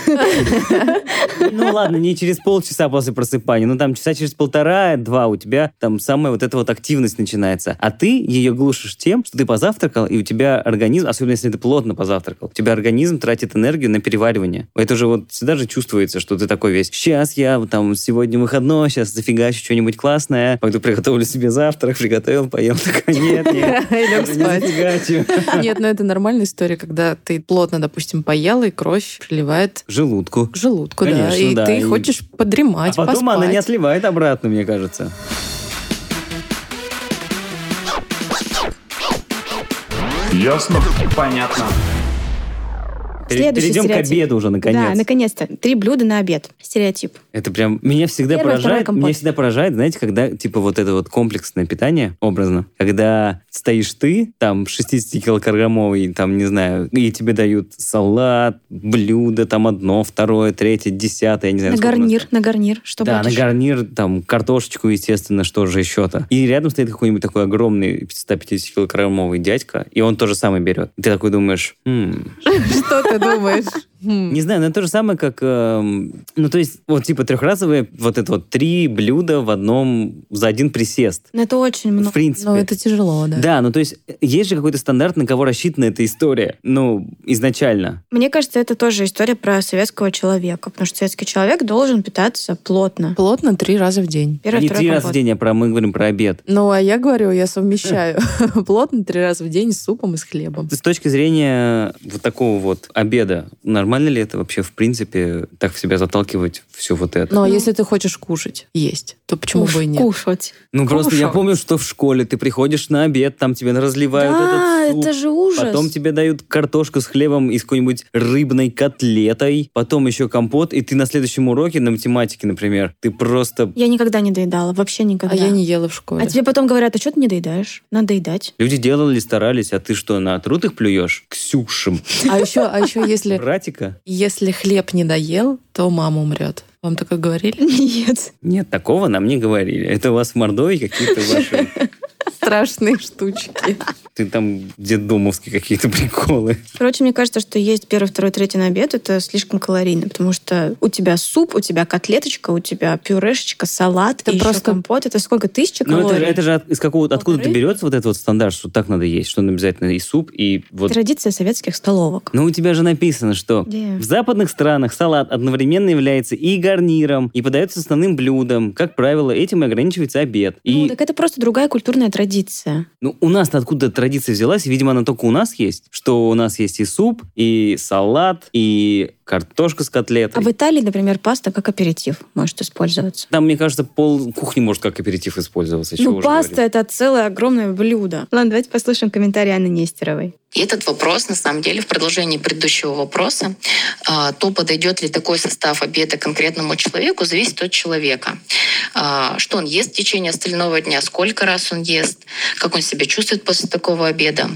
S3: Ну ладно, не через полчаса после просыпания, но там часа через полтора-два у тебя там самая вот эта вот активность начинается. А ты ее глушишь тем, что ты позавтракал, и у тебя организм, особенно если ты плотно позавтракал, у тебя организм тратит энергию на переваривание. Это же вот всегда же чувствуется, что ты такой весь, сейчас я вот там сегодня выходной, сейчас зафигачу что-нибудь классное, пойду приготовлю себе завтрак, приготовил, поел, такой, нет, нет.
S5: И лёг
S3: Не
S5: спать.
S3: зафигачу.
S5: Нет, ну это нормальная история, когда ты плотно, допустим, поел, и кровь приливает
S3: Желудку.
S5: к желудку, да,
S3: Конечно,
S5: и
S3: да,
S5: ты
S3: и-
S5: хочешь
S3: А
S5: подремать,
S4: типа
S3: потом она не
S5: поспать.
S3: отливает обратно, мне кажется.
S2: Ясно? Понятно.
S3: Пере-
S4: Следующий
S3: Перейдем к
S4: стереотип.
S3: обеду уже, наконец.
S4: Да, наконец-то. Три блюда на обед. Стереотип.
S3: Это прям меня всегда
S4: Первый, второй
S3: поражает.
S4: компот.
S3: Меня всегда поражает, знаете, когда типа вот это вот комплексное питание образно, когда стоишь ты, там 60 килограммовый, там не знаю, и тебе дают салат, блюдо, там одно, второе, третье, десятое, я не знаю.
S4: На
S3: сколько у нас
S4: гарнир, на гарнир. Что
S3: да,
S4: будешь?
S3: на гарнир, там, картошечку, естественно, что же еще-то. И рядом стоит какой-нибудь такой огромный 150-килограммовый дядька, и он то же самое берет. И ты такой думаешь, «М,
S5: Что ты думаешь? М.
S3: не знаю, но это то же самое, как... эм, ну, то есть, вот типа трехразовые, вот это вот три блюда в одном, за один присест.
S4: Но Ну, это очень много.
S3: в принципе.
S5: Ну, это тяжело, да.
S3: Да, ну то есть есть же какой-то стандарт, на кого рассчитана эта история. Ну, изначально.
S4: Мне кажется, это тоже история про советского человека, потому что советский человек должен питаться плотно.
S5: Плотно три раза в день.
S4: Первый,
S3: Не
S4: второй
S3: три раза в
S4: компот.
S3: день, а про, мы говорим про обед.
S5: Ну, а я говорю, я совмещаю плотно три раза в день с супом и с хлебом.
S3: С точки зрения вот такого вот обеда, нормального нормально ли это вообще, в принципе, так в себя заталкивать все вот это?
S5: Но Ну, а если ты хочешь кушать, есть, то почему
S4: Куш-
S5: бы и нет?
S4: Ну. Кушать.
S3: ну, просто я
S4: кушать.
S3: помню, что в школе ты приходишь на обед, там тебе разливают
S4: да,
S3: этот суп.
S4: это же ужас.
S3: Потом тебе дают картошку с хлебом и с какой-нибудь рыбной котлетой, потом еще компот, и ты на следующем уроке на математике, например, ты просто...
S4: Я никогда не доедала, вообще никогда.
S5: А я не ела в школе.
S4: А тебе потом говорят, а что ты не доедаешь? Надо доедать.
S3: Люди делали, старались, а ты что, на труд их плюешь? Ксюшем.
S5: А еще, а еще если,
S3: Братика?
S5: если хлеб не доел, то мама умрет. Вам такое говорили?
S4: Нет.
S3: Нет, такого нам не говорили. Это у вас в Мордовии какие-то ваши...
S5: Страшные штучки.
S3: Ты там детдомовские какие-то приколы.
S4: Короче, мне кажется, что есть первый, второй, третий на обед, это слишком калорийно, потому что у тебя суп, у тебя котлеточка, у тебя пюрешечка, салат,
S5: Это
S4: это просто
S5: просто-
S4: компот. Это сколько? Тысяча
S3: Ну, это,
S4: калорий?
S3: же- это же от- из какого, откуда-то
S4: Полторы?
S3: берется вот этот вот стандарт, что так надо есть, что обязательно и суп, и вот...
S4: Традиция советских столовок.
S3: Ну, у тебя же написано, что
S4: Да.
S3: в западных странах салат одновременно является и гарниром, и подается основным блюдом. Как правило, этим и ограничивается обед. И
S4: Ну, так это просто другая культурная традиция.
S3: ну, у нас откуда традиция взялась, и, видимо, она только у нас есть, что у нас есть и суп, и салат, и картошка с
S4: А
S3: котлетой.
S4: в Италии, например, паста как аперитив может использоваться.
S3: Там, мне кажется, пол кухни может как аперитив использоваться. чего
S4: Ну,
S3: уж
S4: паста
S3: говорить.
S4: это целое огромное блюдо. Ладно, давайте послушаем комментарий Анны Нестеровой.
S6: И этот вопрос, на самом деле, в продолжении предыдущего вопроса, а, то подойдет ли такой состав обеда конкретному человеку, зависит от человека. А, Что он ест в течение остального дня, сколько раз он ест, как он себя чувствует после такого обеда.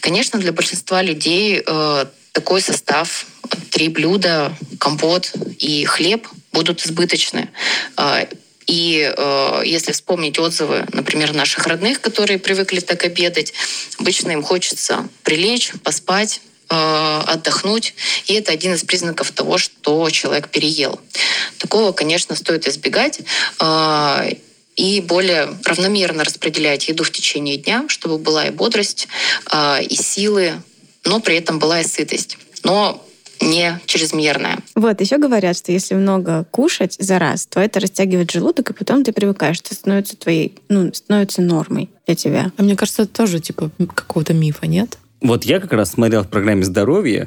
S6: Конечно, для большинства людей э, такой состав, три блюда, компот и хлеб будут избыточны. А, И э, если вспомнить отзывы, например, наших родных, которые привыкли так обедать, обычно им хочется прилечь, поспать э, отдохнуть. И это один из признаков того, что человек переел. Такого, конечно, стоит избегать. э, и более равномерно распределять еду в течение дня, чтобы была и бодрость, э, и силы, но при этом была и сытость. Но не чрезмерная.
S4: Вот, еще говорят, что если много кушать за раз, то это растягивает желудок, и потом ты привыкаешь, это становится твоей, ну, становится нормой для тебя.
S5: А мне кажется, это тоже типа какого-то мифа, нет?
S3: Вот я как раз смотрел в программе «Здоровье»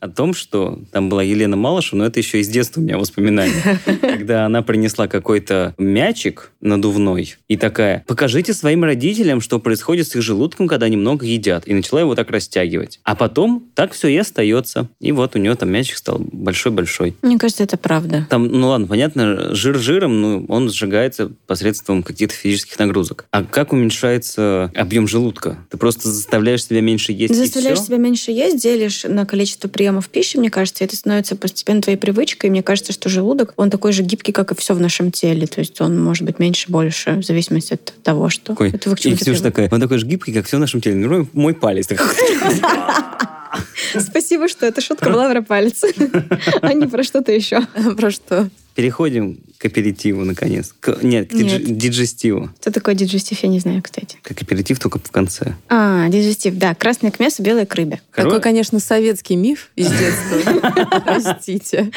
S3: о том, что там была Елена Малышева, но это еще из детства у меня воспоминания, когда она принесла какой-то мячик надувной и такая, покажите своим родителям, что происходит с их желудком, когда они много едят, и начала его так растягивать. А потом так все и остается. И вот у нее там мячик стал большой-большой.
S4: Мне кажется, это правда.
S3: Там, ну ладно, понятно, жир жиром, но он сжигается посредством каких-то физических нагрузок. А как уменьшается объем желудка? Ты просто заставляешь себя меньше есть
S4: Заставляешь
S3: и все?
S4: себя меньше есть, делишь на количество приемов пищи, мне кажется, и это становится постепенно твоей привычкой. И мне кажется, что желудок, он такой же гибкий, как и все в нашем теле. То есть он может быть меньше, больше, в зависимости от того, что
S3: Такой,
S4: это вы к
S3: и
S4: чему-то
S3: Ксюша такая, он такой же гибкий, как все в нашем теле. Ну, мой палец. Так,
S4: привыкли. Спасибо, что эта шутка была про палец, а не про что-то еще.
S5: Про что?
S3: Переходим к аперитиву, наконец. К- нет, к дидж-
S4: Нет.
S3: диджестиву.
S4: Что такое диджестив, я не знаю, кстати.
S3: Как аперитив, только в конце.
S4: А, диджестив, да, красное к мясу, белое к рыбе.
S5: Такой,
S3: Хоро-
S5: конечно, советский миф из детства. Простите.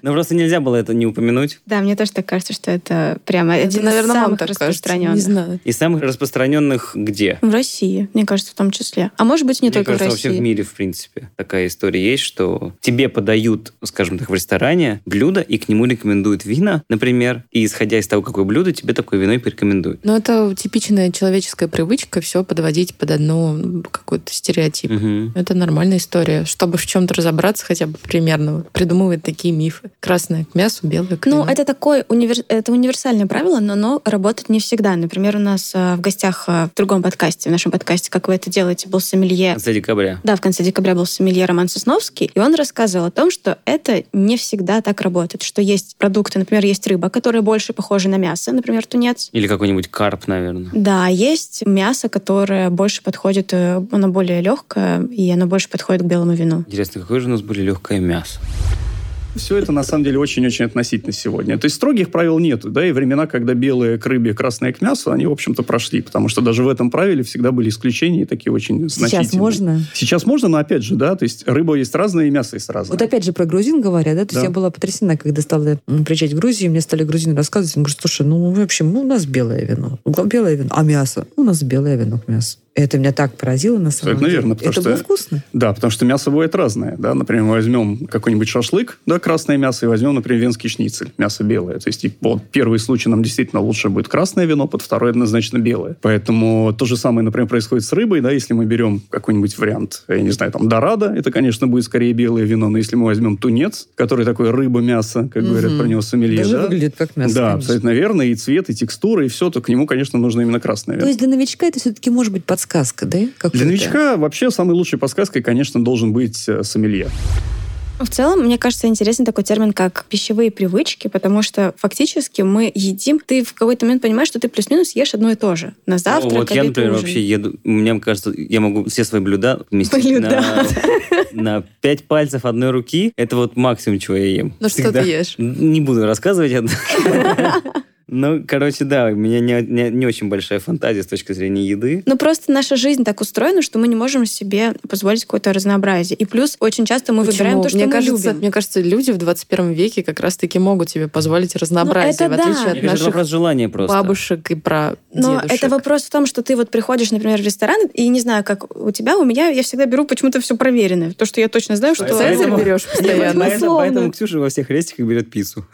S3: Ну, просто нельзя было это не упомянуть.
S4: Да, мне тоже так кажется, что это прямо один
S5: наверное,
S4: из
S5: вам
S4: самых
S5: так кажется. Не
S4: распространенных.
S5: знаю.
S3: Из самых распространенных где?
S4: В России, мне кажется, в том числе. А может быть, не
S3: Мне
S4: только
S3: кажется,
S4: в России.
S3: вообще в мире, в принципе, такая история есть, что тебе подают, скажем так, в ресторане блюдо, и к нему рекомендуют вина, например, и исходя из того, какое блюдо, тебе такое вино и порекомендуют.
S5: Но это типичная человеческая привычка все подводить под одну м, какой-то стереотип.
S3: Мгм.
S5: Это нормальная история. Чтобы в чем-то разобраться хотя бы примерно, вот придумывают такие мифы. Красное к мясу, белое к
S4: Ну,
S5: вину.
S4: это такое универ- это универсальное правило, но оно работает не всегда. Например, у нас э, в гостях э, в другом подкасте, в нашем подкасте, как вы это делаете, был
S3: В
S4: сомелье.
S3: конце декабря.
S4: Да, в конце декабря был сомелье Роман Сосновский, и он рассказывал о том, что это не всегда так работает, что есть продукты, например, есть рыба, которая больше похожа на мясо, например, тунец,
S3: Или какой-нибудь карп, наверное.
S4: Да, есть мясо, которое больше подходит, э, оно более легкое, и оно больше подходит к белому вину.
S3: Интересно, какое же у нас были легкое мясо?
S2: Все это, на самом деле, очень-очень относительно сегодня. То есть строгих правил нету, да, и времена, когда белые к рыбе, красные к мясу, они, в общем-то, прошли, потому что даже в этом правиле всегда были исключения, и такие очень значительные.
S7: Сейчас можно?
S2: Сейчас можно, но опять же, да, то есть рыба есть разная, и мясо есть разное.
S7: Вот опять же про грузин говоря, да, то есть
S2: Да.
S7: я была потрясена, когда стала м, приезжать в Грузию, мне стали грузины рассказывать, он говорит, слушай, ну вообще, ну, у нас белое вино, Ну, белое вино, а мясо? У нас белое вино к мясу. Это меня так поразило, на самом
S2: Абсолютно
S7: деле.
S2: верно, потому
S7: это
S2: что-
S7: было вкусно.
S2: Да, потому что мясо бывает разное. Да? Например, мы возьмем какой-нибудь шашлык, да, красное мясо, и возьмем, например, венский шницель, мясо белое. То есть, и под первый случай нам действительно лучше будет красное вино, под второй однозначно белое. Поэтому то же самое, например, происходит с рыбой, да, если мы берем какой-нибудь вариант, я не знаю, там, дорадо, это, конечно, будет скорее белое вино, но если мы возьмем тунец, который такой рыба-мясо, как говорят
S7: Мгм.
S2: про него сомелье,
S7: Даже
S2: да,
S7: выглядит как мясо,
S2: да,
S7: конечно.
S2: абсолютно верно, и цвет, и текстура, и все, то к нему, конечно, нужно именно красное вино.
S7: То есть для новичка это все-таки может быть подсказка, да? какая-то?
S2: Для новичка вообще самой лучшей подсказкой, конечно, должен быть э, сомелье.
S4: В целом, мне кажется, интересен такой термин, как пищевые привычки, потому что фактически мы едим, ты в какой-то момент понимаешь, что ты плюс-минус ешь одно и то же. На завтрак,
S3: Ну вот я,
S4: обед и
S3: например,
S4: ужин.
S3: вообще еду... Мне кажется, я могу все свои блюда вместить
S4: Блюда.
S3: на, на пять пальцев одной руки. Это вот максимум, чего я ем.
S5: Ну что
S3: Всегда.
S5: ты ешь?
S3: Не буду рассказывать. однако. Ну, короче, да, у меня не, не- не очень большая фантазия с точки зрения еды.
S4: Ну, просто наша жизнь так устроена, что мы не можем себе позволить какое-то разнообразие. И плюс очень часто мы выбираем
S5: Почему?
S4: то, что
S5: мне
S4: мы
S5: кажется,
S4: любим.
S5: Мне кажется, люди в 21 веке как раз-таки могут тебе позволить разнообразие,
S4: Ну, это
S5: в
S4: да.
S3: Мне
S5: отличие от
S3: кажется, это
S5: наших
S3: вопрос желания просто.
S5: бабушек и про
S4: Но это вопрос в том, что ты вот приходишь, например, в ресторан, и не знаю, как у тебя, у меня, я всегда беру почему-то все проверенное. То, что я точно знаю, что...
S3: Цезарь
S5: Цезарь
S3: А Поэтому-
S5: берешь
S3: Не,
S5: постоянно.
S3: поэтому,
S4: Безусловно.
S3: поэтому Ксюша во всех рестиках берет пиццу.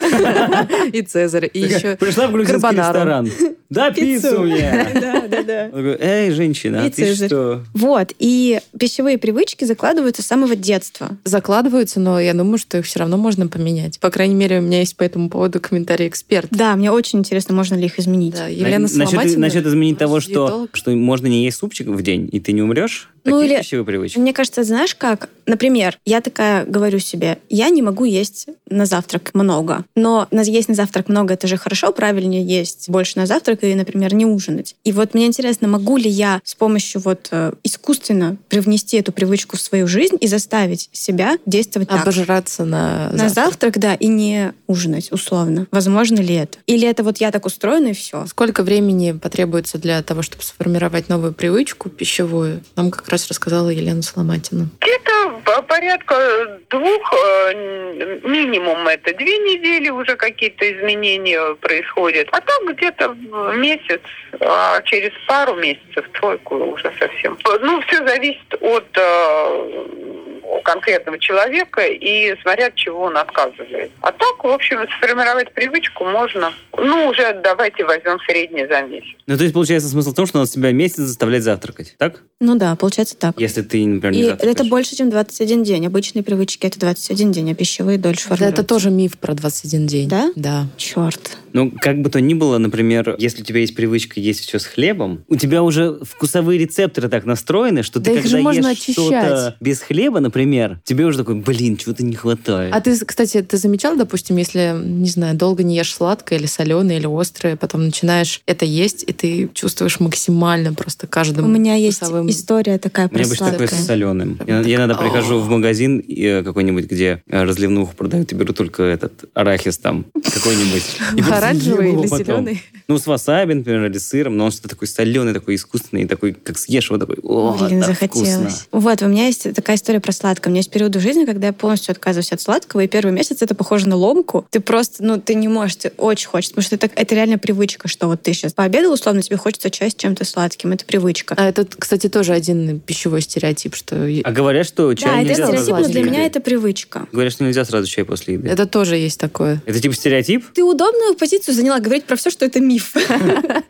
S5: И Цезарь, и еще...
S3: Пришла в грузинский
S5: карбонару.
S3: ресторан. Да, пиццу мне!
S4: Да, да, да.
S3: Он такой, Эй, женщина,
S4: И
S3: а ты
S4: Цезарь.
S3: что?
S4: Вот, и пищевые привычки закладываются с самого детства.
S5: Закладываются, но я думаю, что их все равно можно поменять. По крайней мере, у меня есть по этому поводу комментарий эксперт.
S4: Да, мне очень интересно, можно ли их изменить.
S5: Да,
S3: На-
S5: Елена
S3: насчет,
S5: Соломатина,
S3: насчет изменить того, что,
S5: диетолог.
S3: что можно не есть супчик в день, и ты не умрешь.
S4: Ну
S3: Такие
S4: или-
S3: пищевые привычки.
S4: Мне кажется, знаешь как? Например, я такая говорю себе, я не могу есть на завтрак много. Но на- есть на завтрак много, это же хорошо, правильнее есть больше на завтрак и, например, не ужинать. И вот мне интересно, могу ли я с помощью вот э, искусственно привнести эту привычку в свою жизнь и заставить себя действовать так? же?
S5: Обожраться на,
S4: На завтрак, да, и не ужинать, условно. Возможно ли это? Или это вот я так устроена и все?
S5: Сколько времени потребуется для того, чтобы сформировать новую привычку пищевую? Нам как раз рассказала Елена Соломатина.
S1: Где-то по- порядка двух, э, м, минимум это две недели уже какие-то изменения происходят. А там где-то в месяц, а через пару месяцев тройку уже совсем. Ну, все зависит от э, конкретного человека и смотря от чего он отказывает. А так, в общем, сформировать привычку можно. Ну, уже давайте возьмем средний за месяц.
S3: Ну, то есть, получается, смысл в том, что надо себя месяц заставлять завтракать, так?
S4: Ну да, получается так.
S3: Если ты, например, не
S4: И
S3: завтракаешь.
S4: это больше, чем 21 день. Обычные привычки это 21 день, а пищевые дольше
S5: Да, это
S4: формируются.
S5: тоже миф про 21 день.
S4: Да?
S5: Да.
S4: Черт.
S3: Ну, как бы то ни было, например, если у тебя есть привычка есть все с хлебом, у тебя уже вкусовые рецепторы так настроены, что ты
S5: Да их
S3: когда
S5: же можно
S3: ешь что-то
S5: очищать.
S3: без хлеба, например, тебе уже такой, блин, чего-то не хватает.
S5: А ты, кстати, ты замечал, допустим, если, не знаю, долго не ешь сладкое или соленое, или острое, потом начинаешь это есть, и ты чувствуешь максимально просто каждым
S4: У меня есть
S5: вкусовым-
S4: история такая
S3: У меня
S4: про
S3: обычно такое
S4: сладкое.
S3: с соленым. Я,
S5: Так,
S3: я иногда
S5: «О».
S3: прихожу в магазин э, какой-нибудь, где э, разливнуху продают, и беру только этот арахис там какой-нибудь. И просто
S5: Оранжевый
S3: ем его
S5: или
S3: потом.
S5: зеленый?
S3: Ну, с васаби, например, или с сыром, но он что-то такой соленый, такой искусственный, такой, как съешь его, такой, о,
S4: Блин,
S3: так
S4: захотелось.
S3: вкусно.
S4: Вот, у меня есть такая история про сладкое. У меня есть периоды в жизни, когда я полностью отказываюсь от сладкого, и первый месяц это похоже на ломку. Ты просто, ну, ты не можешь, ты очень хочется, потому что это, это реально привычка, что вот ты сейчас пообедал, условно, тебе хочется чай с чем-то сладким. Это привычка.
S5: А это, кстати, тоже один пищевой стереотип, что е-
S3: А говорят, что чай
S4: да, это
S3: нельзя сразу
S4: стереотип, но
S3: после
S4: для меня
S3: еды.
S4: это привычка.
S3: Говорят, что нельзя сразу чай после еды. Это,
S5: это тоже есть такое.
S3: типа стереотип?
S4: Ты удобную позицию заняла говорить про все, что это миф.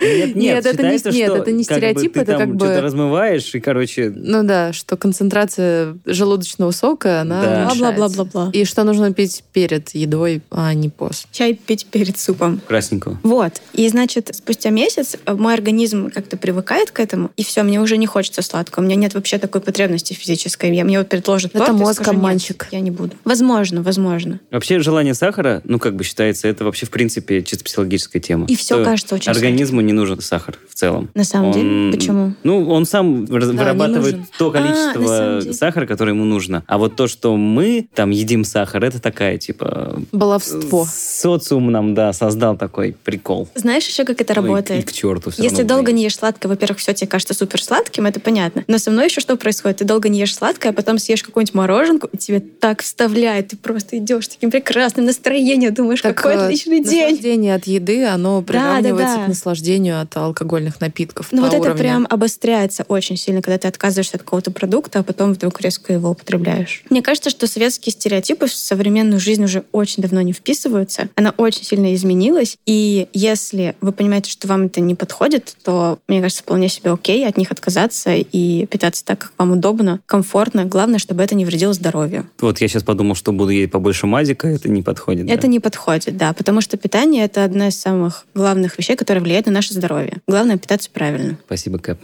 S3: Нет,
S5: Нет, это не-
S3: считается,
S5: нет,
S3: что
S5: это не
S3: как бы
S5: стереотип,
S3: ты
S5: это
S3: там
S5: как бы-
S3: что-то размываешь, и, короче,
S5: Ну да, что концентрация желудочного сока, она
S3: Да.
S5: уменьшается.
S4: Бла-бла-бла-бла.
S5: И что нужно пить перед едой, а не после.
S4: Чай пить перед супом.
S3: красненького.
S4: Вот. И, значит, спустя месяц э, мой организм как-то привыкает к этому, и все, мне уже не хочется сладкого. У меня нет вообще такой потребности физической. Я, мне вот предложат
S5: Это
S4: торт, я
S5: мозг
S4: скажу, «Нет,
S5: обманщик».
S4: я не буду. Возможно, возможно.
S3: Вообще желание сахара, ну, как бы считается, это вообще, в принципе, чисто психологическая тема.
S4: И всё
S3: Что
S4: кажется очень
S3: Организму не нужен сахар в целом.
S4: На самом деле? Почему?
S3: Ну, он сам раз-
S5: не
S3: вырабатывает
S5: нужен.
S3: то
S4: А, на
S3: количество
S4: самом деле.
S3: сахара, которое ему нужно. А вот то, что мы там едим сахар, это такая, типа...
S4: Э,
S5: Баловство.
S3: Социум нам, да, создал такой прикол.
S4: Знаешь еще, как это
S3: Ну, и- И,
S4: работает?
S3: к черту всё
S4: Если
S3: равно
S4: долго
S3: будет.
S4: не ешь сладкое, во-первых, все тебе кажется супер сладким, это понятно. Но со мной еще что происходит? Ты долго не ешь сладкое, а потом съешь какую-нибудь мороженку, и тебе так вставляет. Ты просто идешь с таким прекрасным настроением, думаешь, какой
S5: э,
S4: отличный день.
S5: наслаждение от еды, оно
S4: Да,
S5: приравнивается
S4: да.
S5: к наслаждению от алкогольных напитков.
S4: Но
S5: по
S4: Ну, вот это
S5: уровню.
S4: прям обостряется очень сильно, когда ты отказываешься от какого-то продукта, а потом вдруг резко его употребляешь. Мне кажется, что советские стереотипы в современную жизнь уже очень давно не вписываются. Она очень сильно изменилась. И если вы понимаете, что вам это не подходит, то, мне кажется, вполне себе окей от них отказаться и питаться так, как вам удобно, комфортно. Главное, чтобы это не вредило здоровью.
S3: Вот я сейчас подумал, что буду есть побольше мазика, это не подходит. да.
S4: Это не подходит, да, потому что питание — это одна из самых главных вещей, которая влияет на наше здоровье. Главное — питаться правильно.
S3: Спасибо, Кэп.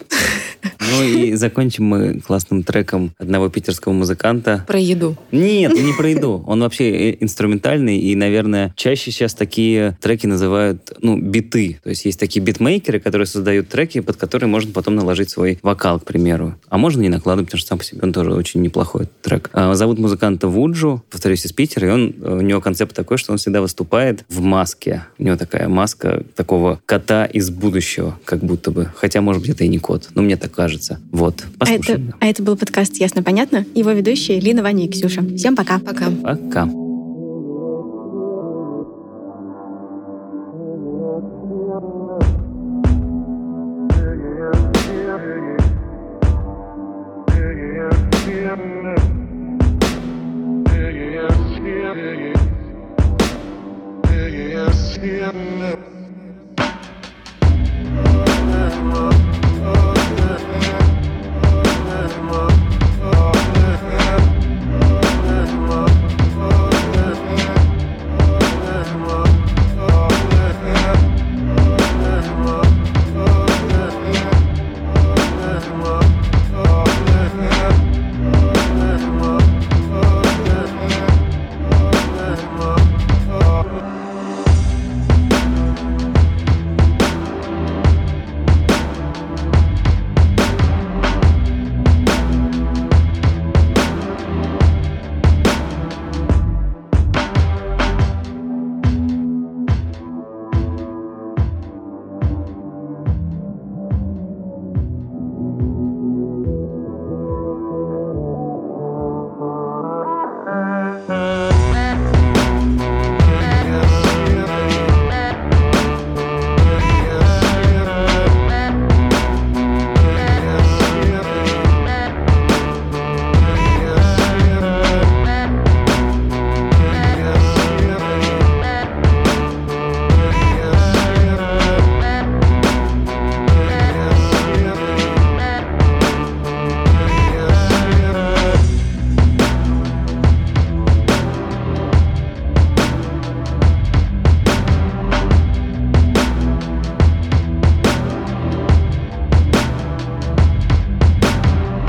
S3: Ну и закончим мы классным треком одного питерского музыканта.
S5: Про еду.
S3: Нет, не про еду. Он вообще э, инструментальный, и, наверное, чаще сейчас такие треки называют, ну, биты. То есть есть такие битмейкеры, которые создают треки, под которые можно потом наложить свой вокал, к примеру. А можно не накладывать, потому что сам по себе он тоже очень неплохой этот трек. А, Зовут музыканта Вуджу, повторюсь, из Питера, и он, э, у него концепт такой, что он всегда выступает в маске. У него такая маска такого кота из будущего, как будто бы. Хотя, может быть, это и не кот, но мне так кажется. Вот,
S4: А
S3: послушаем.
S4: это, а это был подкаст «Ясно, понятно». Его ведущие Лина, Ваня и Ксюша. Всем пока.
S5: Пока.
S3: Пока.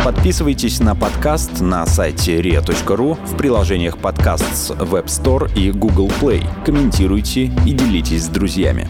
S8: Подписывайтесь на подкаст на сайте ria.ru в приложениях подкаст с Web Store и Google Play. Комментируйте и делитесь с друзьями.